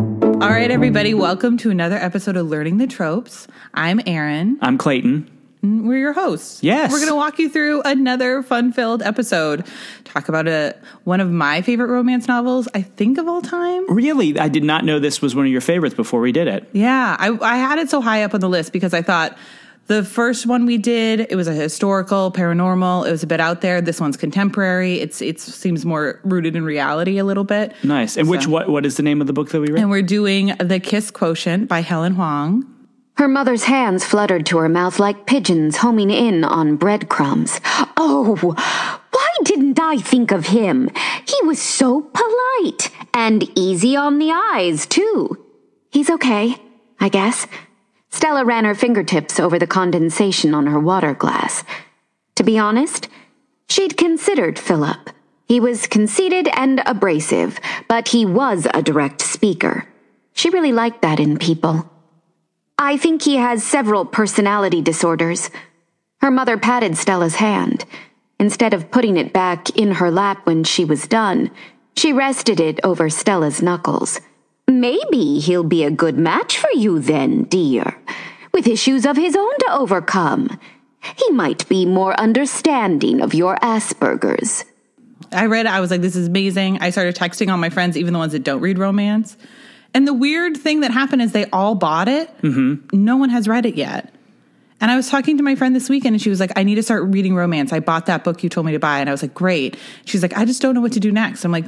right, everybody, welcome to another episode of Learning the Tropes. I'm Erin. I'm Clayton. and We're your hosts. Yes. We're going to walk you through another fun-filled episode. Talk about a one of my favorite romance novels, I think of all time. Really, I did not know this was one of your favorites before we did it. Yeah, I, I had it so high up on the list because I thought the first one we did it was a historical, paranormal. It was a bit out there. This one's contemporary. It's it seems more rooted in reality a little bit. Nice. And which So- what what is the name of the book that we read? And we're doing The Kiss Quotient by Helen Huang. Her mother's hands fluttered to her mouth like pigeons homing in on breadcrumbs. Oh, why didn't I think of him? He was so polite and easy on the eyes, too. He's okay, I guess. Stella ran her fingertips over the condensation on her water glass. To be honest, she'd considered Philip. He was conceited and abrasive, but he was a direct speaker. She really liked that in people. I think he has several personality disorders. Her mother patted Stella's hand. Instead of putting it back in her lap when she was done, she rested it over Stella's knuckles. Maybe he'll be a good match for you then, dear, with issues of his own to overcome. He might be more understanding of your Asperger's. I read it. I was like, this is amazing. I started texting all my friends, even the ones that don't read romance. And the weird thing that happened is they all bought it. Mm-hmm. No one has read it yet. And I was talking to my friend this weekend and she was like, I need to start reading romance. I bought that book you told me to buy. And I was like, great. She's like, I just don't know what to do next. I'm like,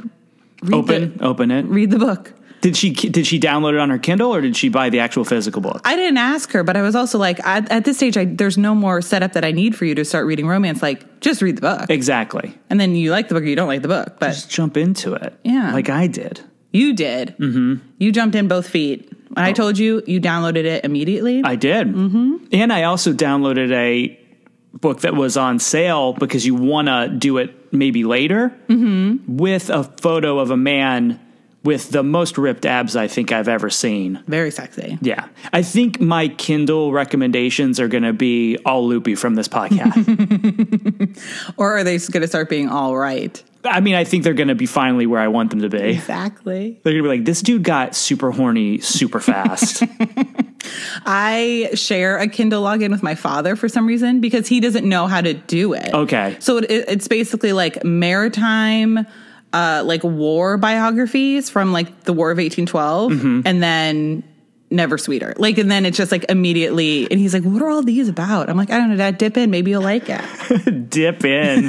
read, open The, open it. read the book. Did she did she download it on her Kindle or did she buy the actual physical book? I didn't ask her, but I was also like, at, at this stage, I, there's no more setup that I need for you to start reading romance. Like, just read the book. exactly. And then you like the book or you don't like the book. But Just jump into it. Yeah. Like I did. You did. Mm-hmm. Oh. You jumped in both feet. When I told you, you downloaded it immediately. I did. Mm-hmm. And I also downloaded a book that was on sale because you want to do it maybe later with a photo of a man with the most ripped abs I think I've ever seen. Very sexy. Yeah. I think my Kindle recommendations are going to be all loopy from this podcast. Or are they going to start being all right? I mean, I think they're going to be finally where I want them to be. Exactly. They're going to be like, this dude got super horny super fast. I share a Kindle login with my father for some reason because he doesn't know how to do it. Okay. So it, it- it's basically like maritime, uh, like war biographies from like the War of 1812 and then Never Sweeter. Like, and then it's just like immediately, and he's like, What are all these about? I'm like, I don't know, Dad, dip in. Maybe you'll like it. Dip in.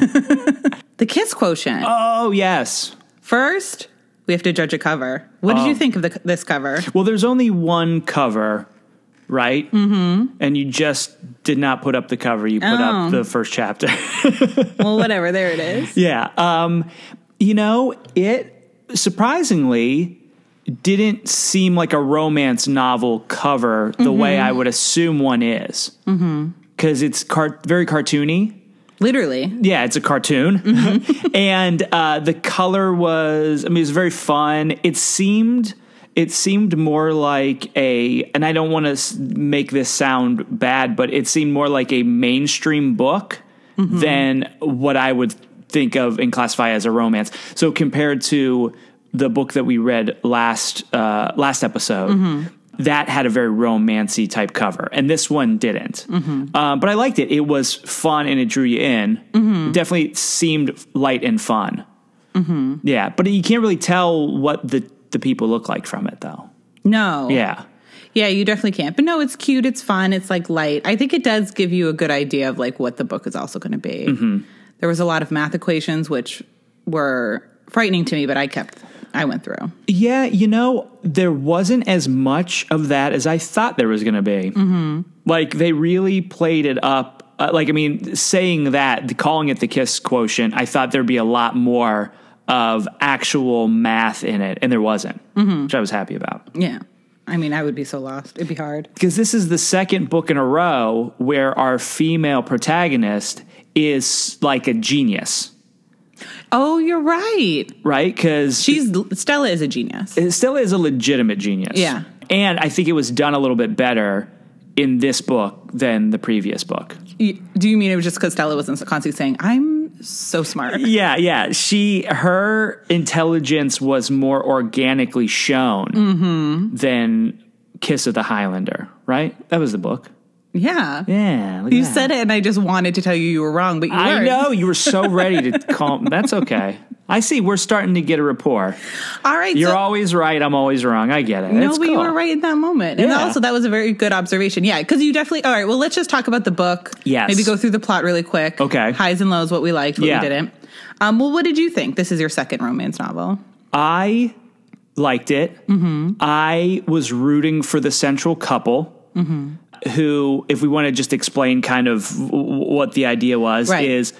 The kiss quotient. oh, yes. First, we have to judge a cover. What did you think of the, this cover? Well, there's only one cover, right? Mm-hmm. And you just did not put up the cover. You put up the first chapter. well, whatever, there it is. yeah. Um, you know, it surprisingly didn't seem like a romance novel cover the way I would assume one is. Because it's car- very cartoony. Literally. Yeah, it's a cartoon. and uh, the color was, I mean, it was very fun. It seemed. It seemed more like a, and I don't want to make this sound bad, but it seemed more like a mainstream book than what I would think of and classify as a romance. So compared to the book that we read last uh, last episode, that had a very romancy type cover, and this one didn't. Uh, but I liked it. It was fun and it drew you in. It definitely seemed light and fun. Yeah, but you can't really tell what the the people look like from it though. No. Yeah. Yeah, you definitely can't. But no, it's cute. It's fun. It's like light. I think it does give you a good idea of like what the book is also going to be. There was a lot of math equations, which were frightening to me, but I kept, I went through. Yeah, you know, there wasn't as much of that as I thought there was going to be. Mm-hmm. Like, they really played it up. Uh, like, I mean, saying that, calling it the kiss quotient, I thought there'd be a lot more of actual math in it, and there wasn't, which I was happy about. Yeah. I mean, I would be so lost. It'd be hard. Because this is the second book in a row where our female protagonist is like a genius, Oh, you're right. right? Because She's, Stella is a genius. it still is a legitimate genius. Yeah. And I think it was done a little bit better in this book than the previous book. Y- Do you mean it was just because Stella wasn't constantly saying, I'm so smart. Yeah, yeah. She her intelligence was more organically shown Mm-hmm. than Kiss of the Highlander, right? That was the book. Yeah. Yeah. You said it, and I just wanted to tell you you were wrong, but you I weren't. know you were so ready to calm. That's okay. I see. We're starting to get a rapport. All right, You're so- always right. I'm always wrong. I get it. No, it's but you cool. were right in that moment. And Yeah. also, that was a very good observation. Yeah, because you definitely. All right, well, let's just talk about the book. Yes. Maybe go through the plot really quick. Okay. Highs and lows, what we liked, what Yeah. we didn't. Um, well, what did you think? This is your second romance novel. I liked it. I was rooting for the central couple. Who, if we want to just explain kind of w- w- what the idea was, Right. is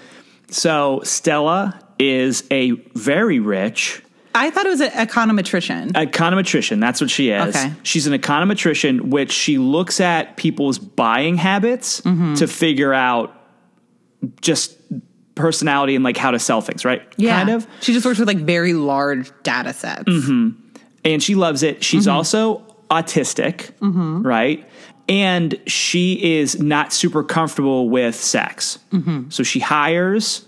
so Stella is a very rich I thought it was an econometrician. Uh, econometrician. That's what she is. Okay. She's an econometrician, which she looks at people's buying habits to figure out just personality and like how to sell things, right? Kind of. Mm-hmm. She just works with like very large data sets. and she loves it. She's also autistic, right? And she is not super comfortable with sex. So she hires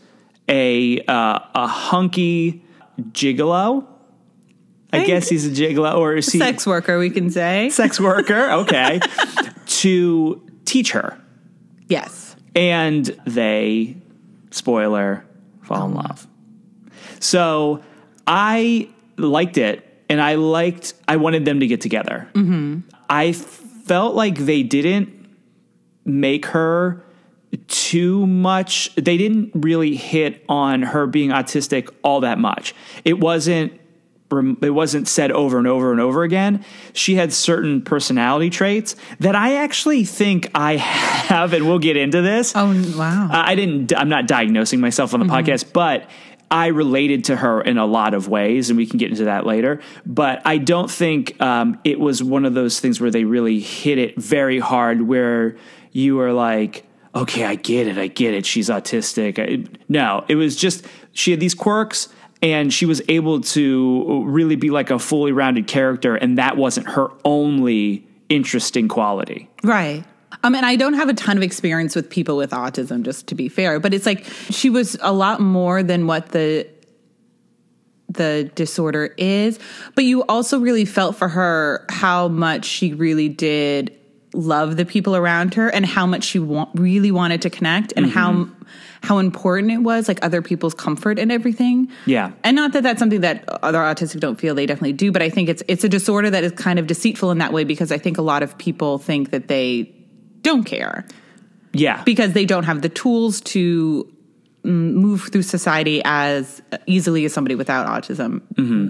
a uh, a hunky gigolo. I Thank- guess he's a gigolo, or is he Sex worker, we can say. sex worker? Okay, to teach her, yes. and they spoiler fall in love. So I liked it, and I liked. I wanted them to get together. I felt like they didn't make her too much. They didn't really hit on her being autistic all that much. It wasn't. rem- It wasn't said over and over and over again. She had certain personality traits that I actually think I have, and we'll get into this. Oh, wow. Uh, I I didn't. I'm not diagnosing myself on the podcast, but I related to her in a lot of ways, and we can get into that later. But I don't think um, it was one of those things where they really hit it very hard, where you are like, "Okay, I get it. I get it. She's autistic." I, no, it was just she had these quirks. And she was able to really be like a fully rounded character, and that wasn't her only interesting quality. Right. Um, and I don't have a ton of experience with people with autism, just to be fair, but it's like she was a lot more than what the the disorder is. But you also really felt for her how much she really did love the people around her and how much she wa- really wanted to connect and how how important it was like other people's comfort and everything. Yeah. And not that that's something that other autistic don't feel they definitely do, but I think it's it's a disorder that is kind of deceitful in that way because I think a lot of people think that they don't care Yeah. because they don't have the tools to mm, move through society as easily as somebody without autism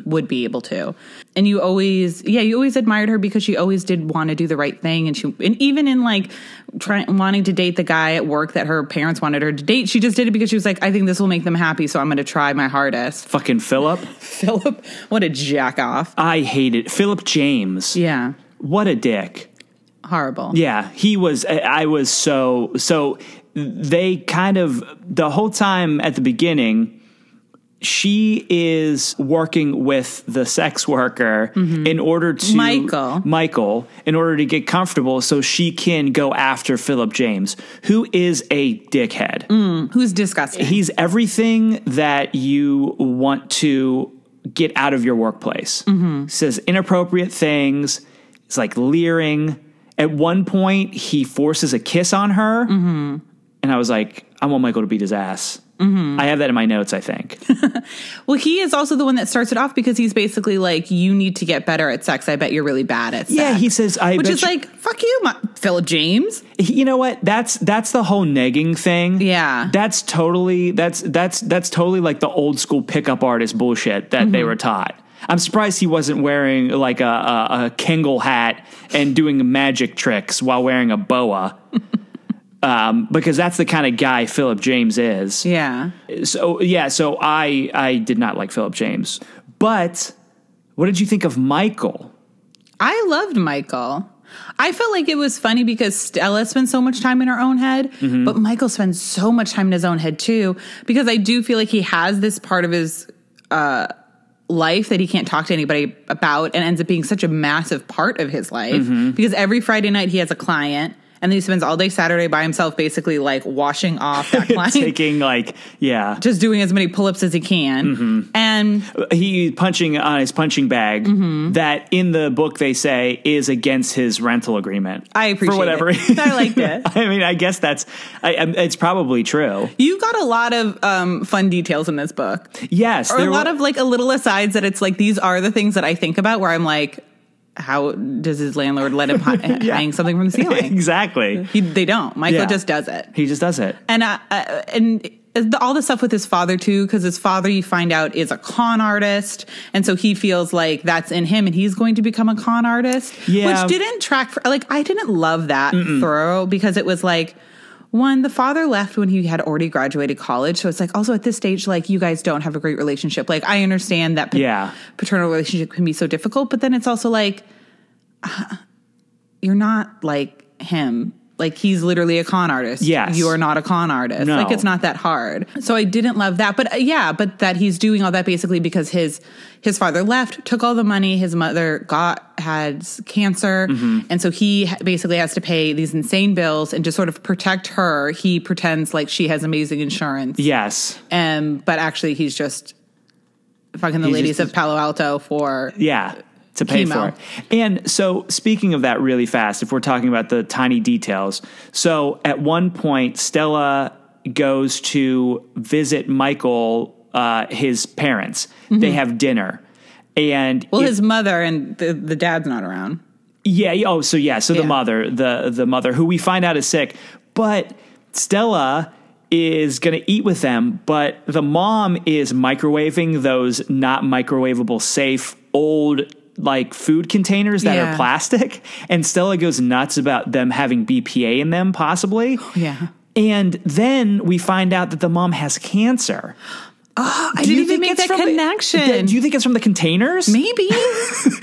would be able to. And you always, yeah, you always admired her because she always did want to do the right thing, and she, and even in like trying wanting to date the guy at work that her parents wanted her to date, she just did it because she was like, I think this will make them happy, so I'm going to try my hardest. Fucking Philip. Philip, what a jack off. I hated Philip James. Yeah, What a dick. horrible. Yeah, he was. I- I was so so. They kind of the whole time at the beginning. She is working with the sex worker in order to Mm-hmm. Michael. Michael, in order to get comfortable, so she can go after Philip James, who is a dickhead. Who's disgusting? He's everything that you want to get out of your workplace. Mm-hmm. Says inappropriate things. It's like leering. At one point, he forces a kiss on her, Mm-hmm. and I was like, "I want Michael to beat his ass." Mm-hmm. I have that in my notes. I think. Well, he is also the one that starts it off because he's basically like, "You need to get better at sex. I bet you're really bad at sex." yeah, he says, "I." which bet is you- like, "Fuck you, my- Philip James." you know what that's that's the whole negging thing Yeah. that's totally that's that's that's totally like the old school pickup artist bullshit that Mm-hmm. they were taught i'm surprised he wasn't wearing like a, a, a kangol hat and doing magic tricks while wearing a boa um, because that's the kind of guy philip james is Yeah, so yeah so i i did not like philip james but what did you think of michael I loved Michael. I felt like it was funny because Stella spends so much time in her own head, but Michael spends so much time in his own head too. Because I do feel like he has this part of his uh, life that he can't talk to anybody about, and ends up being such a massive part of his life. Because every Friday night he has a client. And then he spends all day Saturday by himself, basically like washing off that client, Taking like yeah, just doing as many pull ups as he can. And he punching on his punching bag Mm-hmm. that in the book they say is against his rental agreement. I appreciate for whatever. it. reason. I liked it. I mean, I guess that's I, I, it's probably true. you got a lot of um, fun details in this book. Yes, or a lot were- of like a little asides that it's like these are the things that I think about where I'm like, how does his landlord let him hi- hang something from the ceiling? exactly. He, they don't. Michael Yeah. just does it, He just does it. and uh, uh, and the, all the stuff with his father too, because his father you find out is a con artist, and so he feels like that's in him, and he's going to become a con artist, Yeah. which didn't track for like I didn't love that thorough because it was like. One, the father left when he had already graduated college. So it's like, also at this stage, like, you guys don't have a great relationship. Like, I understand that pa- Yeah. paternal relationship can be so difficult, but then it's also like, uh, you're not like him. Like he's literally a con artist. Yes. You are not a con artist. No. Like it's not that hard. So I didn't love that. But uh, yeah, but that he's doing all that basically because his his father left, took all the money, his mother got had s- cancer, Mm-hmm. and so he ha- basically has to pay these insane bills and just sort of protect her. He pretends like she has amazing insurance. Yes. Um but actually he's just fucking the He's ladies just- of Palo Alto for Yeah. To pay Chemo. for it. And so, speaking of that really fast, if we're talking about the tiny details, so at one point, Stella goes to visit Michael, uh, his parents. They have dinner. And Mm-hmm. well it- his mother and the, the dad's not around. yeah, yeah, oh, so yeah, so the Yeah. mother, the the mother who we find out is sick, but Stella is going to eat with them, but the mom is microwaving those not microwavable safe old like food containers that Yeah. are plastic and Stella goes nuts about them having BPA in them possibly. Oh, Yeah. And then we find out that the mom has cancer. Oh, I Do didn't you even think make it's that from the- connection. do you think it's from the containers? Maybe.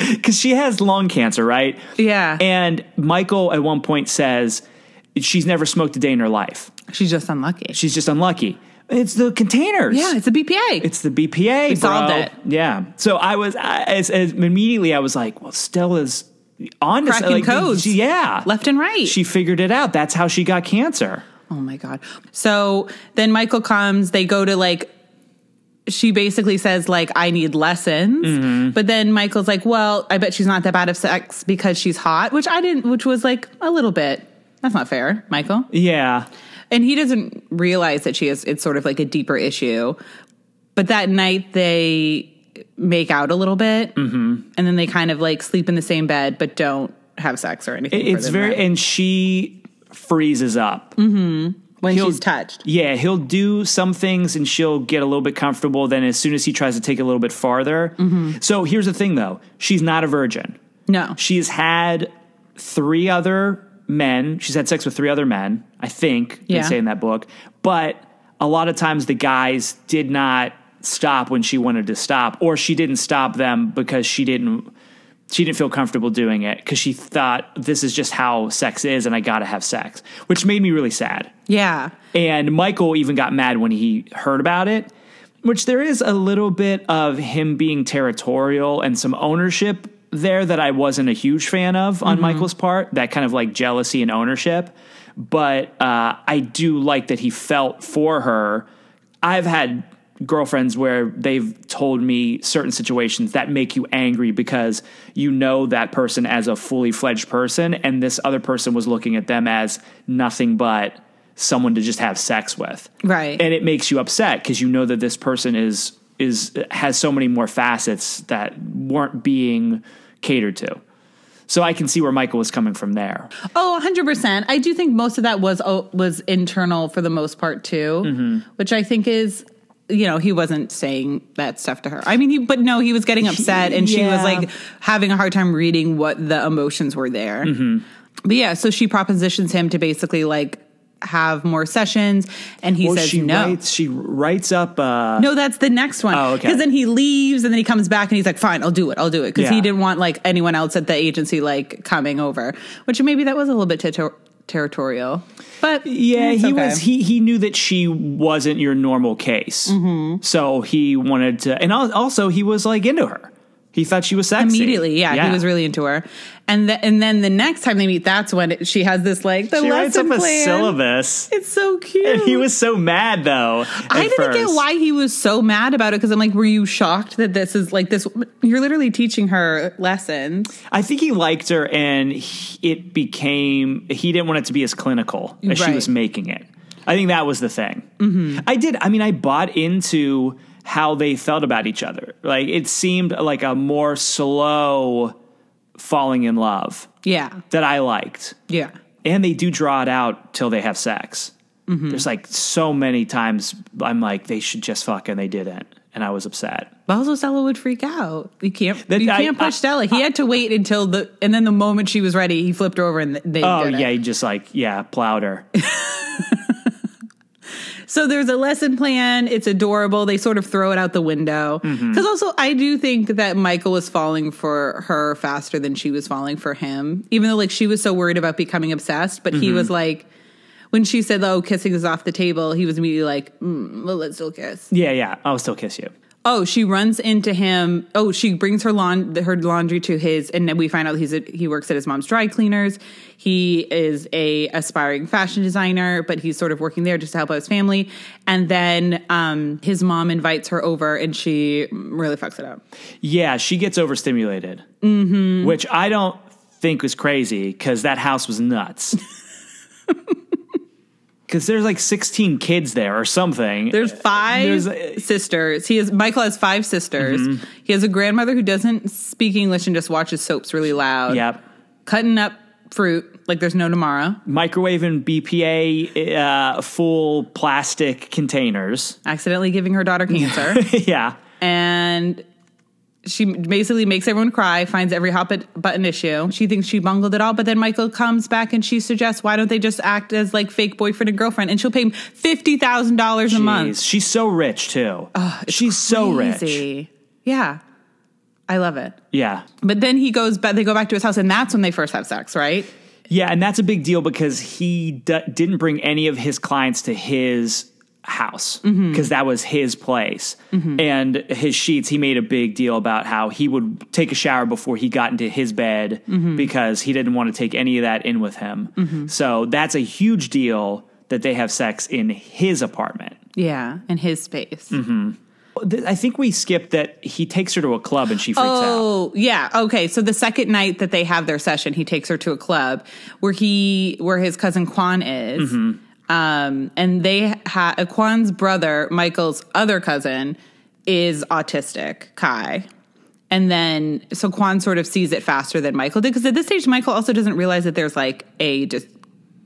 because she has lung cancer, right? Yeah. And Michael at one point says she's never smoked a day in her life. She's just unlucky. She's just unlucky. It's the containers. yeah, it's a BPA. It's the BPA. We solved it. Yeah. So I was I, as, as immediately I was like, well, Stella's on to Cracking like, codes. She, yeah. Left and right. She figured it out. That's how she got cancer. oh my God. So then Michael comes, they go to like, she basically says like I need lessons, Mm-hmm. but then Michael's like, "Well, I bet she's not that bad of sex because she's hot," which I didn't, which was like a little bit. That's not fair, Michael. Yeah. and he doesn't realize that she is it's sort of like a deeper issue but that night they make out a little bit Mm-hmm. and then they kind of like sleep in the same bed but don't have sex or anything It's further than very that and she freezes up. when he'll- she's touched Yeah, he'll do some things and she'll get a little bit comfortable. Then, as soon as he tries to take it a little bit farther. Mm-hmm. So, here's the thing though she's not a virgin. no She's had three other men. She's had sex with three other men, I think, Yeah. they say in that book. But a lot of times the guys did not stop when she wanted to stop, or she didn't stop them because she didn't. She didn't feel comfortable doing it because she thought this is just how sex is, and I gotta have sex, which made me really sad. yeah And Michael even got mad when he heard about it, which there is a little bit of him being territorial and some ownership there that I wasn't a huge fan of on Michael's part, that kind of like jealousy and ownership. But uh, I do like that he felt for her. I've had girlfriends where they've told me certain situations that make you angry because you know that person as a fully fledged person, and this other person was looking at them as nothing but someone to just have sex with Right. and it makes you upset because you know that this person is is has so many more facets that weren't being catered to so i can see where michael was coming from there oh 100% i do think most of that was oh, was internal for the most part too Mm-hmm. which i think is you know he wasn't saying that stuff to her i mean he but no he was getting upset and she was Yeah. like having a hard time reading what the emotions were there Mm-hmm. but yeah so she propositions him to basically like have more sessions and he says she no writes she writes up uh no, that's the next one. Oh, okay. Because then he leaves and then he comes back and he's like, fine, I'll do it. I'll do it. Because Yeah. he didn't want like anyone else at the agency like coming over, which maybe that was a little bit ter- territorial. But yeah it's he okay. was he he knew that she Mm-hmm. wasn't your normal case so he wanted to and al- also he was like into her He thought she was sexy. Immediately, yeah, he was really into her, and th- and then the next time they meet, that's when it, she has this like the She writes lesson up a plan. syllabus. It's so cute. And he was so mad though. I at didn't get first. why he was so mad about it because I'm like, were you shocked that this is like this? You're literally teaching her lessons. I think he liked her, and he- it became he didn't want it to be as clinical as she Right. was making it. I think that was the thing. Mm-hmm. I did. I mean, I bought into how they felt about each other. Like it seemed like a more slow falling in love Yeah, that I liked, yeah, and they do draw it out till they have sex. Mm-hmm. There's like so many times I'm like they should just fuck and they didn't, and I was upset. but also Stella would freak out. You can't, That- you I- can't push I- Stella. He had to wait until the, and then the moment she was ready, he flipped her over and they. Oh did it. yeah, he just like yeah, plowed her. So there's a lesson plan. It's adorable. They sort of throw it out the window. Because Mm-hmm. also, I do think that Michael was falling for her faster than she was falling for him. Even though, like, she was so worried about becoming obsessed, but Mm-hmm. he was like, when she said, "Oh, kissing is off the table," he was immediately like, mm, "Well, let's still kiss." yeah, yeah, I'll still kiss you. Oh, she runs into him. Oh, she brings her lawn her laundry to his, and then we find out he's a, he works at his mom's dry cleaners. He is a aspiring fashion designer, but he's sort of working there just to help out his family. And then um, his mom invites her over, and she really fucks it up. Yeah, she gets overstimulated, mm-hmm. which I don't think was crazy because that house was nuts. Because there's like 16 kids there or something. There's five Uh, There's a- Mm-hmm. sisters. He has Michael has five sisters. He has a grandmother who doesn't speak English and just watches soaps really loud. yep. cutting up fruit like there's no tomorrow. Microwave and BPA uh, full plastic containers. Accidentally giving her daughter cancer. yeah. and she basically makes everyone cry, finds every hot but- button issue. She thinks she bungled it all, but then Michael comes back and she suggests, why don't they just act as like fake boyfriend and girlfriend? And she'll pay him $50,000 a Jeez, month. She's so rich too. She's so rich. Crazy. Yeah. I love it. Yeah. But then he goes back, they go back to his house, and that's when they first have sex, right? Yeah, and that's a big deal because he d- didn't bring any of his clients to his house because that was his place. And his sheets, he made a big deal about how he would take a shower before he got into his bed because he didn't want to take any of that in with him. So that's a huge deal that they have sex in his apartment. Yeah, in his space. Th- I think we skipped that he takes her to a club and she freaks out. Oh, yeah. Okay. So the second night that they have their session, he takes her to a club where he where his cousin Quan is. Um and they ha Quan's brother, Michael's other cousin, is autistic, Kai. And then so Quan sort of sees it faster than Michael did because at this stage Michael also doesn't realize that there's like a dis-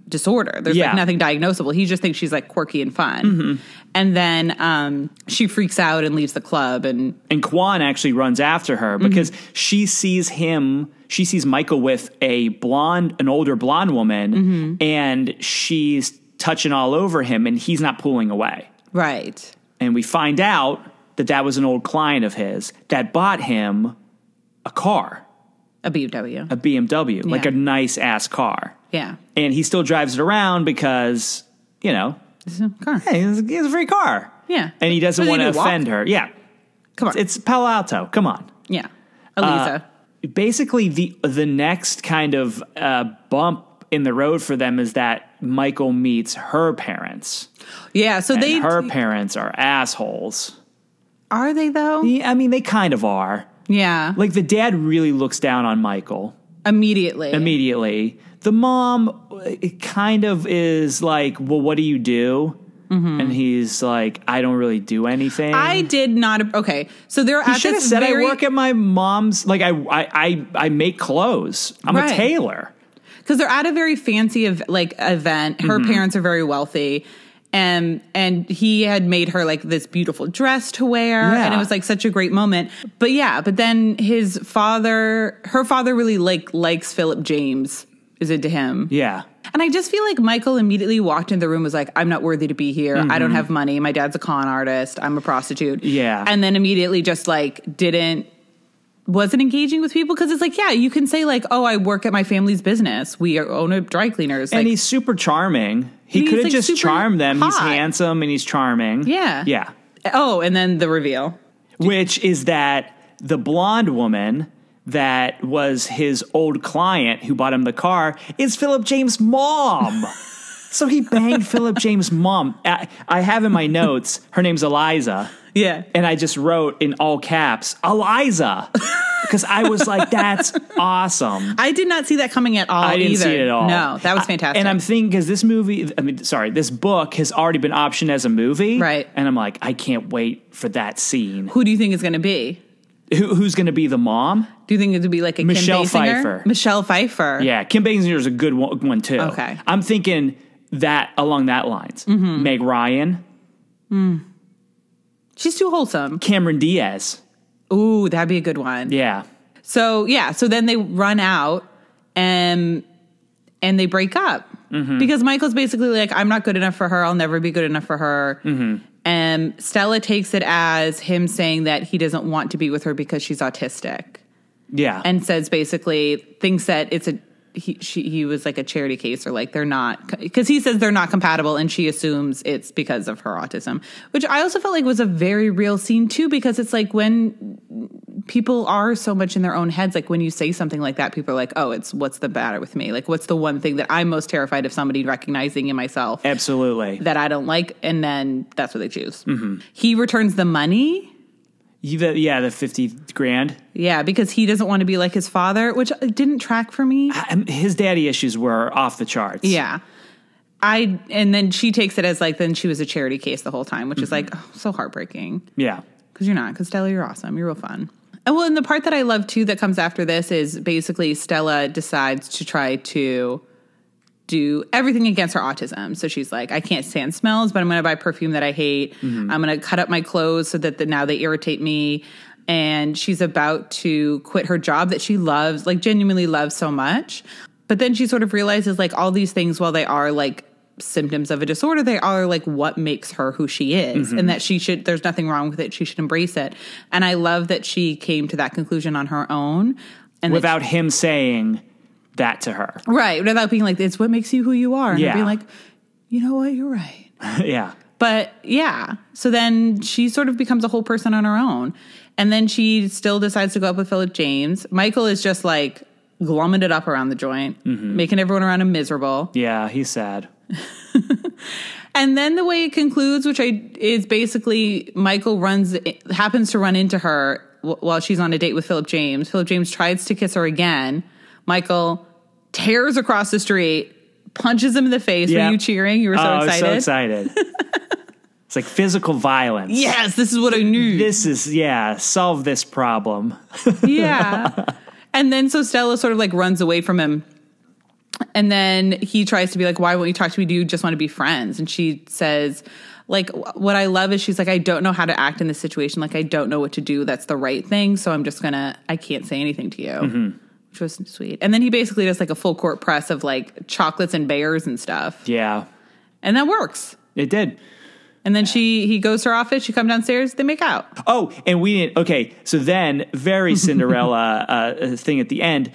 disorder. There's Yeah. like nothing diagnosable. He just thinks she's like quirky and fun. And then um she freaks out and leaves the club and And Kwan actually runs after her because she sees him, she sees Michael with a blonde, an older blonde woman, and she's touching all over him and he's not pulling away. right. And we find out that that was an old client of his that bought him a car, A BMW. a BMW, like Yeah. a nice ass car. yeah. And he still drives it around because, you know, It's a car. hey, it's it's a free car. Yeah. And he doesn't What want do to they do, walk? offend her. Yeah. Come on. It's Uh, Palo Alto. Come on. yeah. Eliza. basically the the next kind of uh, bump in the road for them is that Michael meets her parents. yeah. So And they her parents are assholes. are they though? Yeah, I mean, they kind of are. Yeah. Like the dad really looks down on Michael immediately. immediately. The mom uh, it kind of is like, "Well, what do you do?" And he's like, "I don't really do anything." I did not. Okay. So they're You at should have this said very I work at my mom's. Like I, I, I, I make clothes. I'm a Right. tailor. because they're at a very fancy ev- like event. Her Mm-hmm. parents are very wealthy. And and he had made her like this beautiful dress to wear, Yeah. and it was like such a great moment. But yeah, but then his father, her father, really like likes Philip James, is into him. Yeah. And I just feel like Michael immediately walked into the room was like, I'm not worthy to be here. I don't have money. My dad's a con artist. I'm a prostitute. Mm-hmm. Yeah. And then immediately just like didn't wasn't engaging with people because it's like, yeah, you can say like, oh, I work at my family's business. We are, own a dry cleaners. and Like, he's super charming. He He's, could have like, just super charmed them. He's hot. handsome and he's charming. Yeah. Yeah. oh, and then the reveal. Which is that the blonde woman that was his old client who bought him the car is Philip James' mom. so he banged Philip James' mom. I, I have in my notes, her name's Eliza. Yeah. And I just wrote in all caps, Eliza. Because I was like, that's awesome. I did not see that coming at all. I didn't Oh, either. see it at all. No, that was I- fantastic. and I'm thinking because this movie, I mean, sorry, this book has already been optioned as a movie, Right. And I'm like, I can't wait for that scene. who do you think is going to be? Who, who's going to be the mom? Do you think it's going to be like a Michelle Kim Basinger? Pfeiffer. Michelle Pfeiffer. Yeah, Kim Basinger is a good one, one too. Okay. Mm-hmm. I'm thinking that along that lines. Meg Ryan, She's too wholesome. Cameron Diaz. Ooh, that'd be a good one. Yeah, So yeah, so then they run out and and they break up because Michael's basically like, I'm not good enough for her. I'll never be good enough for her. And Stella takes it as him saying that he doesn't want to be with her because she's autistic, yeah, and says basically thinks that it's a he she, he was like a charity case or like they're not because he says they're not compatible, and she assumes it's because of her autism, which I also felt like was a very real scene too because it's like when people are so much in their own heads. Like when you say something like that, people are like, "Oh, it's what's the matter with me? Like what's the one thing that I'm most terrified of somebody recognizing in myself absolutely. that I don't like?" And then that's what they choose. He returns the money. You- the- yeah, the fifty grand. Yeah, because he doesn't want to be like his father, which didn't track for me. I- Um, His daddy issues were off the charts. Yeah. I and then she takes it as like then she was a charity case the whole time, which is like oh, so heartbreaking. yeah. because you're not. Because Stella, you're awesome. You're real fun. And well, and the part that I love too that comes after this is basically Stella decides to try to do everything against her autism. So she's like, I can't stand smells, but I'm going to buy perfume that I hate. I'm going to cut up my clothes so that the, now they irritate me. And she's about to quit her job that she loves, like genuinely loves so much. But then she sort of realizes like all these things, while they are like symptoms of a disorder, they are like what makes her who she is and that she should, there's nothing wrong with it. She should embrace it. And I love that she came to that conclusion on her own. And that Without him saying that to her. Right. Without being like, it's what makes you who you are. And Yeah. being like, you know what, you're right. yeah. But yeah. So then she sort of becomes a whole person on her own. And then she still decides to go up with Philip James. Michael is just like glumming it up around the joint, making everyone around him miserable. Yeah, he's sad. And then the way it concludes, which I is basically Michael runs happens to run into her wh- while she's on a date with Philip James. Philip James tries to kiss her again. Michael tears across the street, punches him in the face. Yeah. Were you cheering? You were so oh, excited. I was so excited. it's like physical violence. Yes, this is what I knew. This is yeah, solve this problem. yeah. And then so Stella sort of like runs away from him. And then he tries to be like, why won't you talk to me? Do you just want to be friends? And she says, like, wh- what I love is she's like, I don't know how to act in this situation. Like, I don't know what to do. That's the right thing. So I'm just going to, I can't say anything to you, which was sweet. And then he basically does like a full court press of like chocolates and bears and stuff. Yeah. And that works. It did. And then she, he goes to her office. She come downstairs. They make out. Oh, and we didn't. Okay, so then very Cinderella uh, thing at the end.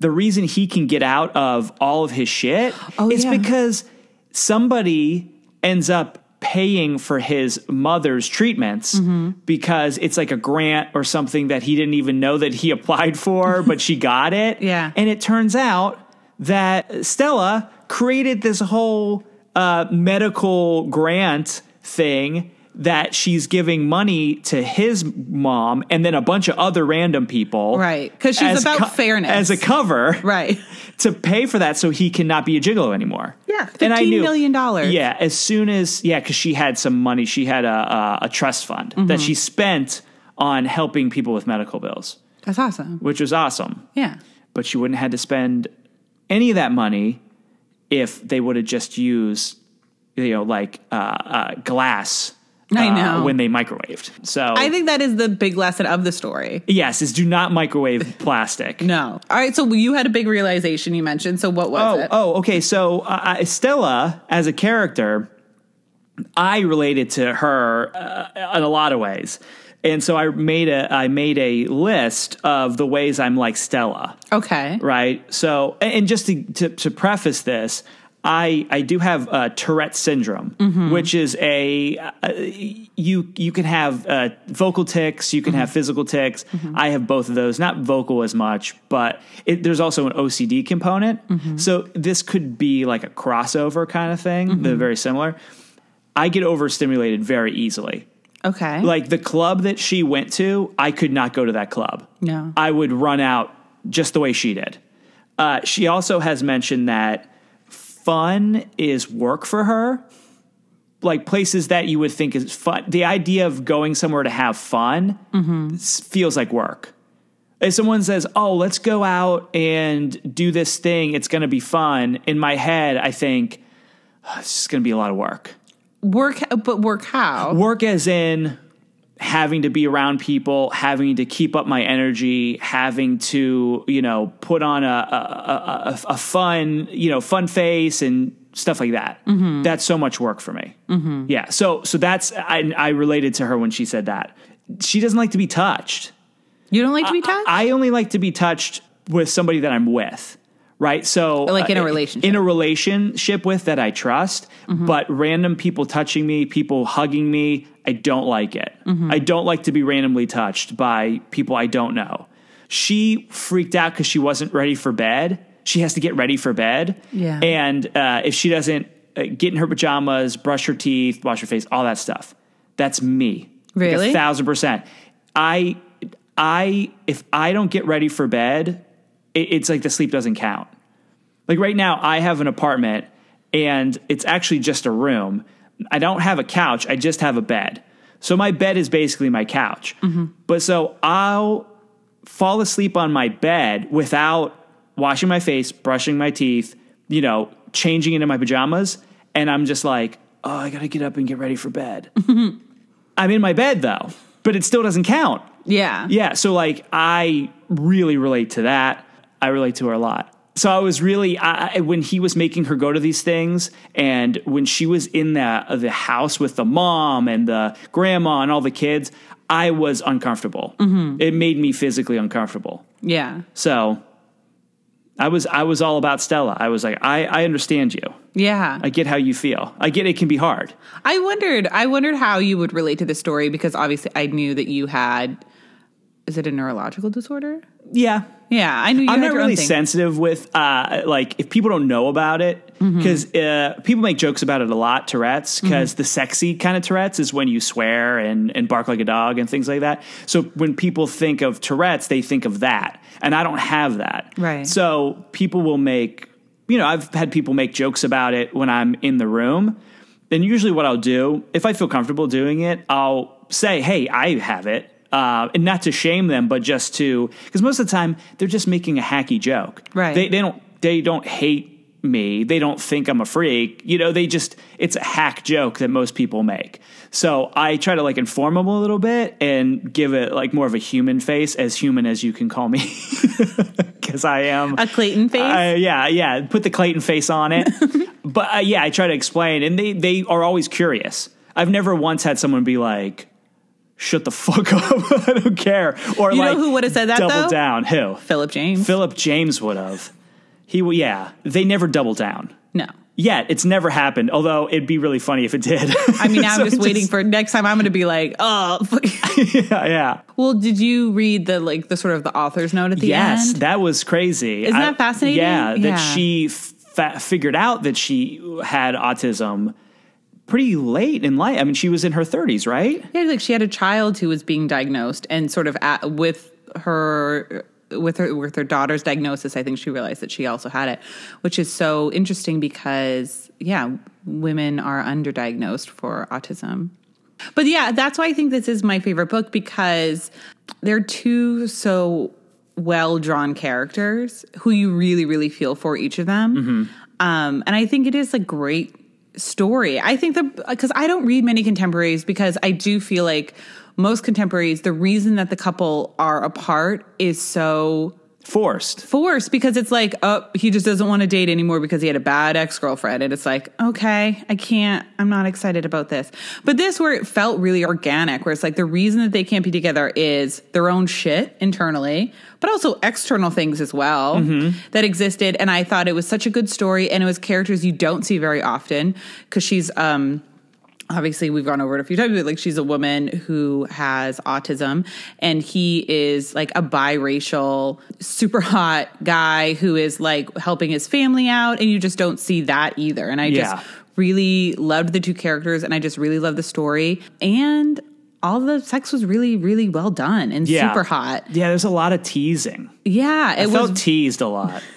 The reason he can get out of all of his shit Oh, is yeah. because somebody ends up paying for his mother's treatments Mm-hmm. because it's like a grant or something that he didn't even know that he applied for, but she got it. Yeah. And it turns out that Stella created this whole uh, medical grant thing that she's giving money to his mom and then a bunch of other random people. Right. 'Cause she's as about fairness. As a cover. Right. To pay for that so he cannot be a gigolo anymore. Yeah, And I $15 knew- million dollars. Yeah. As soon as, yeah, because she had some money. She had a, a, a trust fund Mm-hmm. that she spent on helping people with medical bills, That's awesome. which was awesome Yeah. but she wouldn't have had to spend any of that money if they would have just used you know like uh, uh, glass I uh, know. when they microwaved so I think that is the big lesson of the story. yes is do not microwave plastic No. All right. So you had a big realization you mentioned. So what was oh, it? Oh, okay. So uh, I- Stella, as a character, I related to her uh, in a lot of ways, and so I made a I made a list of the ways I'm like Stella. Okay. right? So, and and just to, to, to preface this, I I do have uh, Tourette syndrome, which is a uh, you you can have uh, vocal tics, you can have physical tics. I have both of those, not vocal as much, but it, there's also an OCD component. So this could be like a crossover kind of thing. They're very similar. I get overstimulated very easily. Okay. Like the club that she went to, I could not go to that club. No. I would run out just the way she did. Uh, she also has mentioned that fun is work for her. Like places that you would think is fun. The idea of going somewhere to have fun s- feels like work. If someone says, oh, let's go out and do this thing, it's going to be fun. In my head, I think, "Oh, it's going to be a lot of work work, but work how? work as in having to be around people having to keep up my energy having to you know put on a a, a, a- a fun you know fun face and stuff like that that's so much work for me yeah so so that's I, I related to her when she said that she doesn't like to be touched You don't like to be touched? I only like to be touched with somebody that I'm with, right? So, Like in a uh, relationship. Mm-hmm. in a relationship with that I trust. But random people touching me, people hugging me, I don't like it. Mm-hmm. I don't like to be randomly touched by people I don't know. She freaked out because she wasn't ready for bed. She has to get ready for bed, Yeah. And uh, if she doesn't uh, get in her pajamas, brush her teeth, wash her face, all that stuff, that's me. Like a Really? thousand percent. I, I, if I don't get ready for bed, it, it's like the sleep doesn't count. Like right now, I have an apartment and it's actually just a room. I don't have a couch, I just have a bed. So my bed is basically my couch. But so I'll fall asleep on my bed without washing my face, brushing my teeth, you know, changing into my pajamas. And I'm just like, oh, I gotta get up and get ready for bed. I'm in my bed though, but it still doesn't count. yeah. Yeah, so like I really relate to that. I relate to her a lot. So I was really I, I- when he was making her go to these things, and when she was in the the house with the mom and the grandma and all the kids, I was uncomfortable. It made me physically uncomfortable. Yeah. So I was I was all about Stella. I was like I I understand you. Yeah. I get how you feel. I get it can be hard. I wondered. I wondered how you would relate to this story because obviously I knew that you had. Is it a neurological disorder? Yeah, Yeah, I knew. You I'm had not your own really thing. sensitive with uh, like if people don't know about it Mm-hmm. because uh, people make jokes about it a lot. Tourette's because the sexy kind of Tourette's is when you swear and and bark like a dog and things like that. So when people think of Tourette's, they think of that, and I don't have that. Right. So people will make you know I've had people make jokes about it when I'm in the room, and usually what I'll do if I feel comfortable doing it, I'll say, "Hey, I have it." Uh, and not to shame them, but just to because most of the time they're just making a hacky joke. Right. They, they don't they don't hate me. They don't think I'm a freak. You know, they just it's a hack joke that most people make. So I try to like inform them a little bit and give it like more of a human face, as human as you can call me, because I am A Clayton face? Uh, yeah, yeah. Put the Clayton face on it. but uh, yeah, I try to explain, and they they are always curious. I've never once had someone be like. Shut the fuck up! I don't care. Or You know like, who would've said that, Double though? down. Who? Philip James. Philip James would have. He would, yeah. They never double down. no. Yet it's never happened. Although it'd be really funny if it did. I mean, now So I'm just it waiting for next time. I'm going to be like, oh. fuck." Yeah, yeah. well, did you read the like the sort of the author's note at the yes, end? that was crazy. Isn't that fascinating? Yeah, that Yeah. she fa- figured out that she had autism pretty late in life. I mean, she was in her 30s, right? yeah, like she had a child who was being diagnosed, and sort of at, with her with her with her daughter's diagnosis, I think she realized that she also had it, which is so interesting because yeah, women are underdiagnosed for autism. But yeah, that's why I think this is my favorite book because they're two so well drawn characters who you really, really feel for each of them. Um, and I think it is a great story. I think that because I don't read many contemporaries because I do feel like most contemporaries, the reason that the couple are apart is so forced. forced because it's like, oh, he just doesn't want to date anymore because he had a bad ex girlfriend. And it's like, okay, I can't, I'm not excited about this. But this, where it felt really organic, where it's like the reason that they can't be together is their own shit internally, but also external things as well that existed. And I thought it was such a good story. And it was characters you don't see very often because she's, um, obviously we've gone over it a few times but like she's a woman who has autism and he is like a biracial super hot guy who is like helping his family out and you just don't see that either and i Yeah. just really loved the two characters and i just really loved the story and all the sex was really really well done and Yeah. super hot Yeah, there's a lot of teasing. yeah it I was felt teased a lot.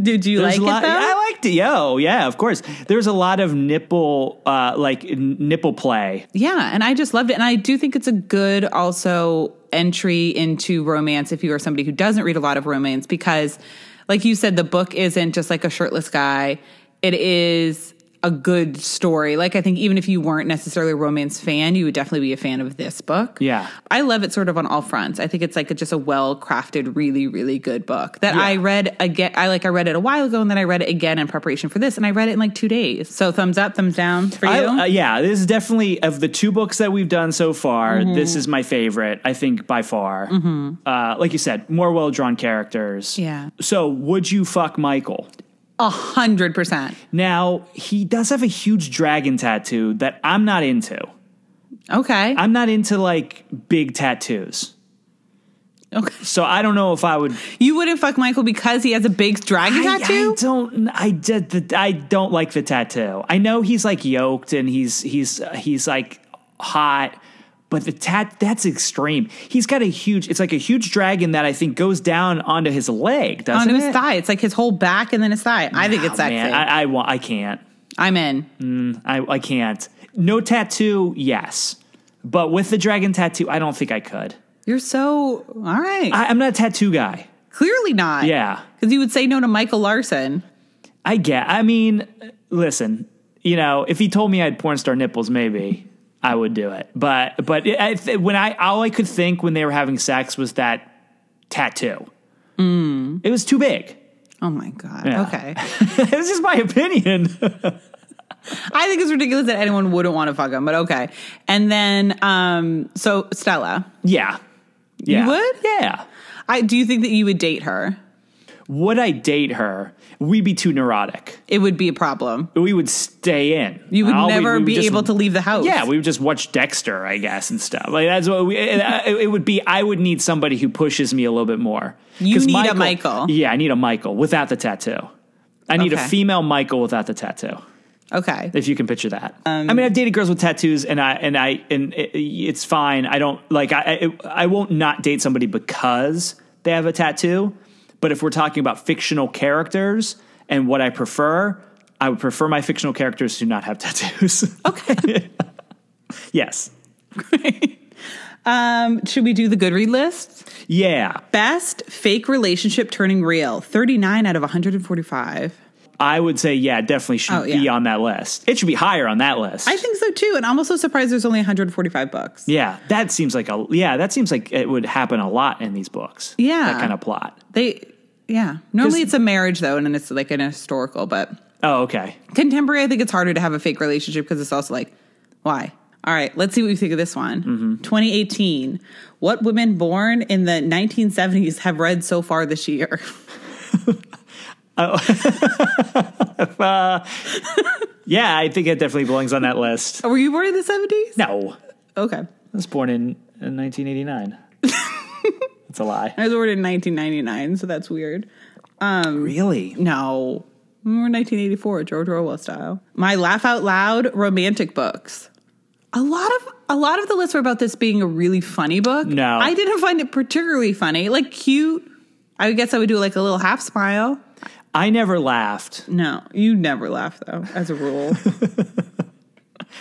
did you like it There's a lot, though I liked it. Yo, yeah, of course. There's a lot of nipple, uh, like n- nipple play. Yeah, and I just loved it. And I do think it's a good also entry into romance if you are somebody who doesn't read a lot of romance because like you said the book isn't just like a shirtless guy. It is a good story. Like I think even if you weren't necessarily a romance fan, you would definitely be a fan of this book. Yeah. I love it sort of on all fronts. I think it's like a, just a well-crafted really really good book that I Yeah. read again I like I read it a while ago and then I read it again in preparation for this and I read it in like 2 days. So thumbs up, thumbs down for you. I, uh, yeah, this is definitely of the two books that we've done so far. Mm-hmm. This is my favorite, I think, by far. Uh, like you said, more well drawn characters. Yeah. So, would you fuck Michael? A hundred percent. Now, he does have a huge dragon tattoo that I'm not into. Okay. I'm not into like big tattoos. okay. So I don't know if I would. You wouldn't fuck Michael because he has a big dragon I, I tattoo? don't. I did. The, I don't like the tattoo. I know he's like yoked and he's he's uh, he's like hot, but the tat that's extreme. He's got a huge. It's like a huge dragon that I think goes down onto his leg. Doesn't Onto his it? thigh. It's like his whole back and then his thigh. I think Oh, it's sexy. man, I, I want. I can't. I'm in. I I can't. No tattoo. Yes, but with the dragon tattoo, I don't think I could. You're so all right. I, I'm not a tattoo guy. Clearly not. Yeah. Because you would say no to Michael Larson. I get. I mean, listen. You know, if he told me I had porn star nipples, maybe I would do it. But but it, I, th- when I all I could think when they were having sex was that tattoo. It was too big. Oh my God. Yeah. Okay. this is my opinion. I think it's ridiculous that anyone wouldn't want to fuck him, but okay. And then um so Stella. yeah. Yeah. would? Yeah. I do you think that you would date her? Would I date her? We'd be too neurotic. It would be a problem. We would stay in. You would All Oh, we- never we would be just- able to leave the house. Yeah, we would just watch Dexter, I guess, and stuff. Like that's what we. It, it would be. I would need somebody who pushes me a little bit more. You 'Cause need a Michael. Yeah, I need a Michael without the tattoo. I need Okay. a female Michael without the tattoo. okay. If you can picture that. Um, I mean, I've dated girls with tattoos, and I and I and it, it's fine. I don't like. I I- I won't not date somebody because they have a tattoo. But if we're talking about fictional characters and what I prefer, I would prefer my fictional characters to not have tattoos. Okay. yes. um, should we do the Goodread list? Yeah. Best fake relationship turning real, 39 out of 145. I would say, yeah, it definitely should Oh, yeah. be on that list. It should be higher on that list. I think so too. And I'm also surprised there's only 145 books. yeah, that seems like a yeah, that seems like it would happen a lot in these books. Yeah. that kind of plot. They, yeah. Normally 'Cause- it's a marriage though, and then it's like an historical, but Oh, okay. contemporary, I think it's harder to have a fake relationship because it's also like, why? All right, let's see what you think of this one. 2018. What women born in the 1970s have read so far this year? Yeah, I think it definitely belongs on that list. Were you born in the 70s? No, Okay. I was born in, in 1989. That's a lie. I was born in 1999, so that's weird. Really? No. We were 1984, George Orwell style. My laugh out loud romantic books. A lot of a lot of the lists were about this being a really funny book. No. I didn't find it particularly funny. Like cute. I guess I would do like a little half smile. I never laughed. No, you never laugh though, as a rule.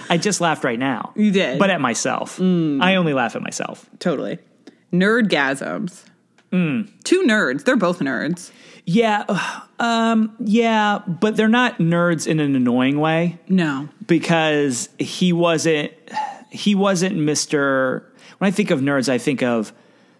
I just laughed right now. You did. but at myself. Mm. I only laugh at myself. totally. Nerdgasms. Hmm. Two nerds. They're both nerds. Yeah, um, yeah, but they're not nerds in an annoying way. No. because he wasn't he wasn't Mr. When I think of nerds, I think of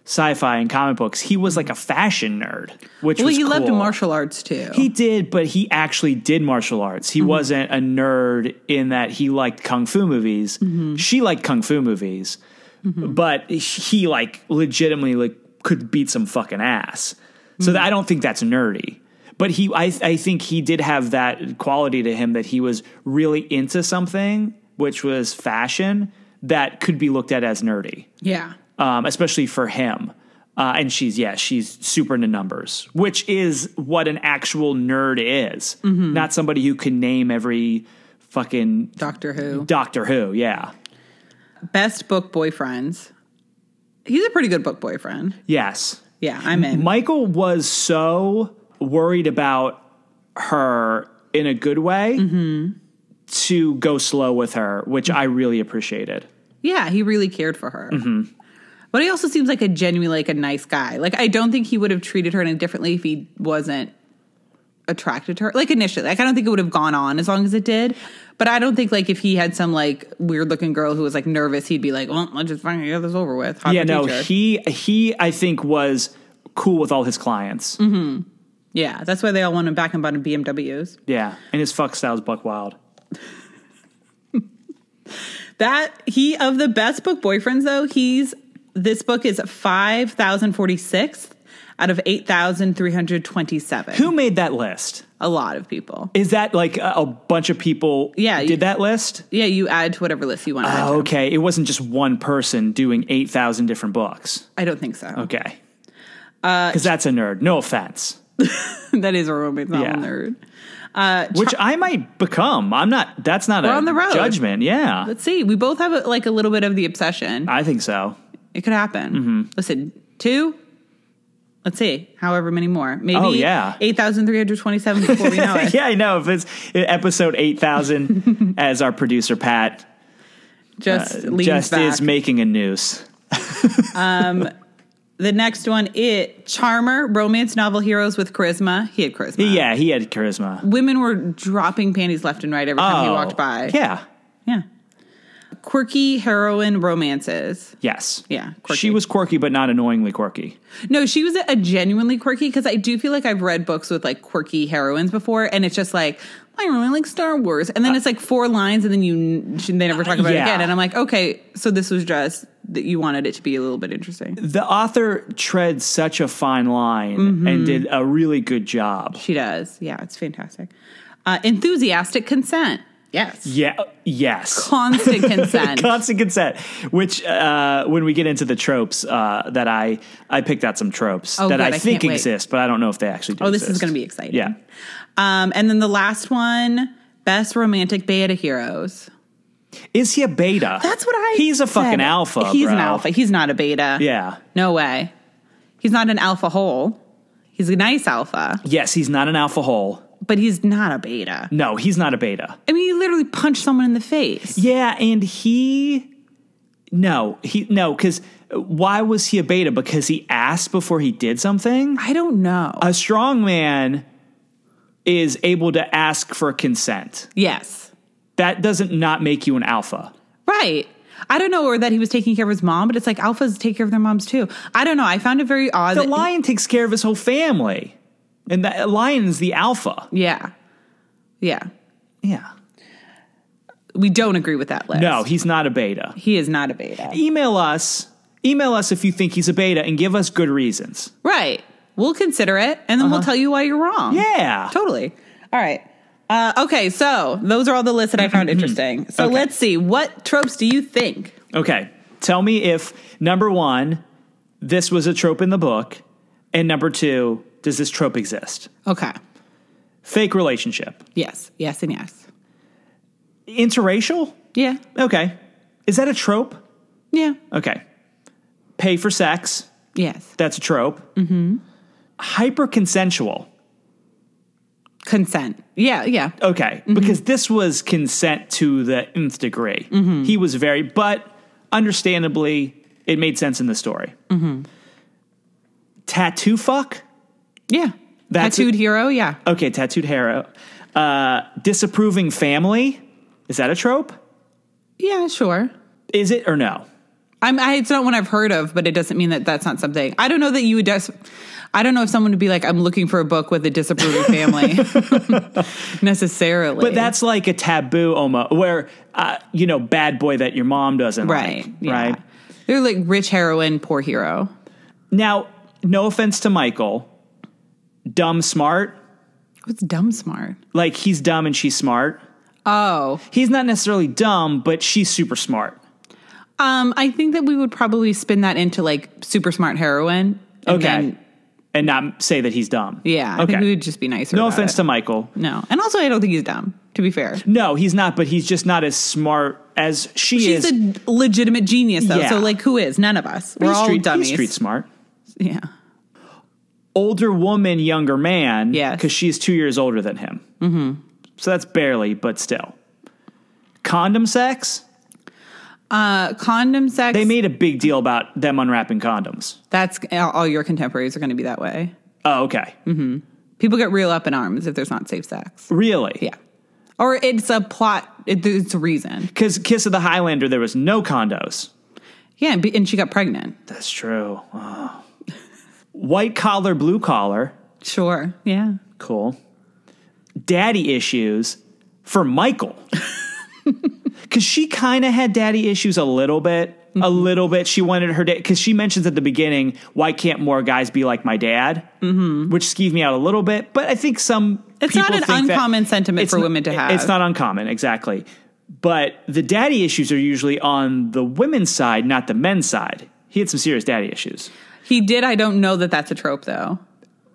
sci-fi and comic books. He was like a fashion nerd, which Well, was he loved cool. martial arts too. He did, but he actually did martial arts. He wasn't a nerd in that he liked kung fu movies. She liked kung fu movies, but he like legitimately like could beat some fucking ass. So I don't think that's nerdy. But he, I, I think he did have that quality to him that he was really into something, which was fashion, that could be looked at as nerdy yeah. um, especially for him. Uh, and she's yeah, she's super into numbers, which is what an actual nerd is, not somebody who can name every fucking Doctor Who. Doctor Who. Yeah, Best book boyfriends. He's a pretty good book boyfriend. yes. Yeah, I'm in. Michael was so worried about her in a good way to go slow with her, which I really appreciated. Yeah, he really cared for her. Mm-hmm. But he also seems like a genuinely like a nice guy. Like I don't think he would have treated her any differently if he wasn't attracted to her. Like initially, like I don't think it would have gone on as long as it did. But I don't think like if he had some like weird looking girl who was like nervous, he'd be like, "Well, let's just fucking get this over with." Hot yeah, no, teacher. he he I think was cool with all his clients. yeah. That's why they all want him back and bottom BMWs. Yeah, and his fuck style's buck wild. That he of the best book boyfriends though, he's this book is five thousand forty sixth out of eight thousand three hundred twenty seven. Who made that list? A lot of people. Is that like a, a bunch of people Yeah, you- did that list? Yeah, you add to whatever list you want to add. Oh, okay, it wasn't just one person doing 8,000 different books. I don't think so. Okay. Uh, Because that's a nerd. No offense. that is a romance novel Yeah. nerd. Which I might become. I'm not, that's not a on the road. judgment. Yeah. Let's see. We both have a, like a little bit of the obsession. I think so. It could happen. mm-hmm. Listen, two. Let's see. However many more. Maybe Oh, yeah. 8,327 before we know it. Yeah, I know. If it's eh, episode 8,000, as our producer, Pat, uh, Just leans just back. is making a noose. the next one, it Charmer, romance novel heroes with charisma. He had charisma. Yeah, he had charisma. Women were dropping panties left and right every time he Oh, walked by. Yeah. Yeah. Quirky heroine romances. Yes. Yeah, She quirky. was quirky, but not annoyingly quirky. No, she was a genuinely quirky because I do feel like I've read books with like quirky heroines before, and it's just like I really like Star Wars, and then it's like four lines, and then you they never talk about yeah. it again, and I'm like, okay, so this was just that you wanted it to be a little bit interesting. the author treads such a fine line Mm-hmm. and did a really good job. She does, yeah, it's fantastic. Uh, enthusiastic consent, yes, Yeah. uh, Yes. constant consent. Constant consent, which uh, when we get into the tropes uh, that I I picked out some tropes Oh, that good. I I think can't wait. exist, but I don't know if they actually do. Oh, this is exist. going to be exciting. Yeah. um, and then the last one, best romantic beta heroes. Is he a beta? That's what I. He's a fucking said. alpha. He's an bro. alpha. He's not a beta. Yeah. No way. He's not an alpha hole. He's a nice alpha, Yes, he's not an alpha hole. but he's not a beta. No, he's not a beta. I mean, he literally punched someone in the face. Yeah, and he no, he no, because why was he a beta? Because he asked before he did something. I don't know. a strong man is able to ask for consent. yes. That doesn't not make you an alpha. Right. I don't know, or that he was taking care of his mom, but it's like alphas take care of their moms too. I don't know. I found it very odd. The that- lion takes care of his whole family, and the lion is the alpha. yeah. Yeah. Yeah. We don't agree with that list. No, he's not a beta. He is not a beta. Email us. Email us if you think he's a beta and give us good reasons. Right. We'll consider it and then we'll tell you why you're wrong. Yeah. Totally. All right. Uh, okay, so those are all the lists that I found interesting. So Okay. let's see. What tropes do you think? Okay. Tell me if number one, this was a trope in the book, and number two, does this trope exist? Okay. Fake relationship. Yes, yes, and yes. Interracial? Yeah, Okay. Is that a trope? yeah, Okay. Pay for sex. yes. That's a trope. Mm-hmm. Hyper consensual. Consent. Yeah, yeah. Okay. Mm-hmm. Because this was consent to the nth degree. Mm-hmm. He was very, but understandably, it made sense in the story. Mm-hmm. Tattoo fuck. Yeah. That's Tattooed it. hero, yeah. Okay. Tattooed hero. Uh, disapproving family. Is that a trope? Yeah, sure. Is it or no? I'm, I, it's not one I've heard of, but it doesn't mean that that's not something. I don't know that you would. Des- I don't know if someone would be like, "I'm looking for a book with a disapproving family," necessarily. But that's like a taboo, Oma, where uh, you know, bad boy that your mom doesn't right, like, yeah. right? They're like rich heroine, poor hero. Now, no offense to Michael, dumb smart, What's dumb smart? like he's dumb and she's smart. Oh, He's not necessarily dumb, but she's super smart. um, I think that we would probably spin that into like super smart heroine. and Okay, then- and not say that he's dumb. yeah, I okay. think we would just be nicer. no about offense it. to Michael. No, and also I don't think he's dumb. To be fair, No, he's not, but he's just not as smart as she she's is. a legitimate genius though. Yeah. So like, who is? None of us. We're He's all street, he's dummies. street smart. Yeah. Older woman, younger man. Yes. Because she's two years older than him. Mm-hmm. So that's barely, but still. Condom sex? Uh, condom sex. They made a big deal about them unwrapping condoms. that's uh, all your contemporaries are going to be that way. Oh, okay. People get real up in arms if there's not safe sex. Really? Yeah. Or it's a plot. It, it's a reason. Because Kiss of the Highlander, there was no condos. Yeah, and, be, and she got pregnant. That's true. Oh. White collar, blue collar. Sure. Yeah. Cool. Daddy issues for Michael. Because she kind of had daddy issues a little bit. A Mm-hmm. little bit. She wanted her dad, because she mentions at the beginning, why can't more guys be like my dad? Mm-hmm. Which skeeved me out a little bit. But I think some. It's not people an think that- uncommon sentiment it's for n- women to it- have. It's not uncommon, exactly. But the daddy issues are usually on the women's side, not the men's side. He had some serious daddy issues. He did. I don't know that that's a trope though.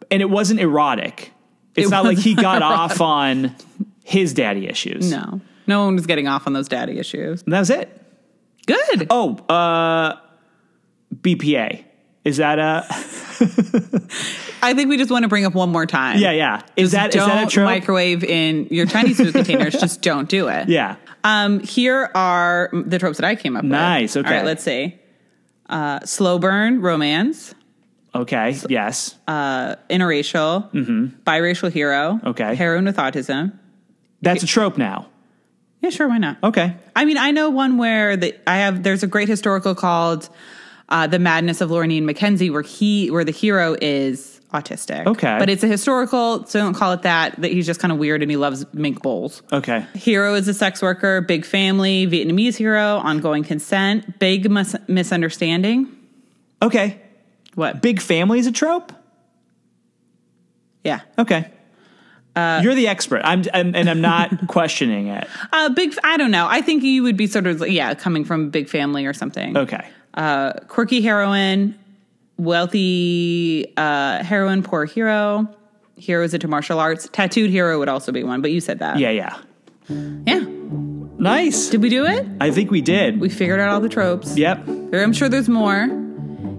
and it wasn't erotic. It's It not like he got off on his daddy issues. No. No one was getting off on those daddy issues. And that was it. Good. Oh, uh, BPA. Is that a I think we just want to bring up one more time. yeah yeah? Is Just that is don't that a trope? microwave in your Chinese food containers? Just don't do it. yeah, Um, here are the tropes that I came up with. Nice, okay. All right, let's see. Uh, slow burn romance, okay, yes, interracial, biracial hero, Mm-hmm. Okay. heroine with autism. that's a trope now. Yeah, sure, why not? Okay, I mean, I know one where the, I have. There's a great historical called uh, "The Madness of Laurenine Mackenzie," where he, where the hero is autistic. Okay. but it's a historical, so don't call it that. That he's just kind of weird and he loves mink bowls. okay, Hero is a sex worker, big family, Vietnamese hero, ongoing consent, big mis- misunderstanding. okay. What? Big family is a trope. yeah. Okay, Uh, you're the expert. I'm, I'm and I'm not questioning it. Uh, big, I don't know. I think you would be sort of, like, yeah, coming from a big family or something. Okay, Uh, quirky heroine, wealthy uh, heroine, poor hero. Hero is into martial arts. Tattooed hero would also be one, but you said that. yeah, yeah. Yeah. Nice. Did we do it? I think we did. We figured out all the tropes. yep. There- I'm sure there's more.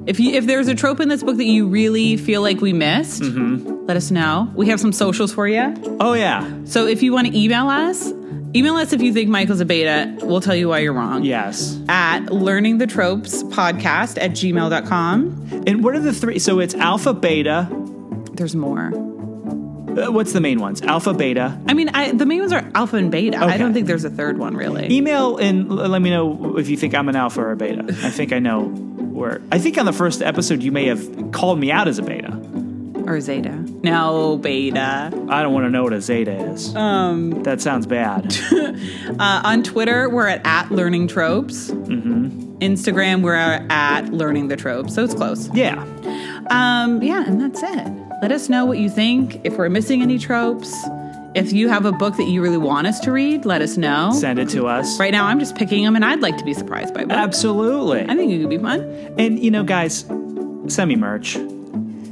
If you if there's a trope in this book that you really feel like we missed, let us know. We have some socials for you. Oh yeah. So if you want to email us, email us if you think Michael's a beta. We'll tell you why you're wrong. Yes. At learningthetropes.podcast at gmail.com. And what are the three? So it's alpha, beta. There's more. Uh, what's the main ones? Alpha, beta. I mean, I, the main ones are alpha and beta. Okay. E I don't think there's a third one really. Email and l- let me know if you think I'm an alpha or a beta. I think I know where. I think on the first episode you may have called me out as a beta. Or zeta. No, beta. I don't want to know what a zeta is. Um, that sounds bad. Uh, on Twitter, we're at, at learning tropes. Mm-hmm. Instagram, we're at learning the tropes. So it's close. yeah. Um, yeah, and that's it. Let us know what you think. If we're missing any tropes, if you have a book that you really want us to read, let us know. Send it to us. Right now, I'm just picking them, and I'd like to be surprised by one. Absolutely. I think it could be fun. And you know, guys, send me merch.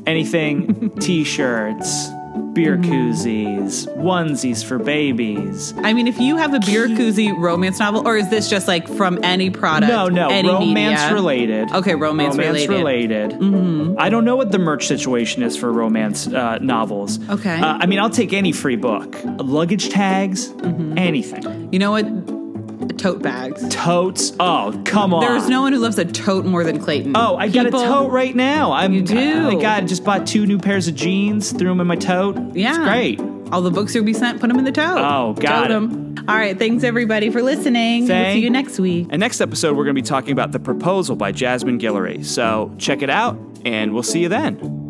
Anything, t-shirts, beer Mm-hmm. koozies, onesies for babies. I mean, if you have a beer koozie romance novel, or is this just like from any product? No, no, any romance media? related. Okay, romance related. Mm-hmm. related. I don't know what the merch situation is for romance uh, novels. Okay. Uh, I mean, I'll take any free book, luggage tags, Mm-hmm. anything, You know what? Tote bags. totes. Oh, come on. There's no one who loves a tote more than Clayton. Oh, I got People- a tote right now. I'm, You do. I got just bought two new pairs of jeans, threw them in my tote. Yeah. it's great. All the books you'll be sent, put them in the tote. Oh, got Tote it. 'em. All right. Thanks, everybody, for listening. we'll see Thank- you next week. And next episode, we're going to be talking about The Proposal by Jasmine Guillory. So check it out, and we'll see you then.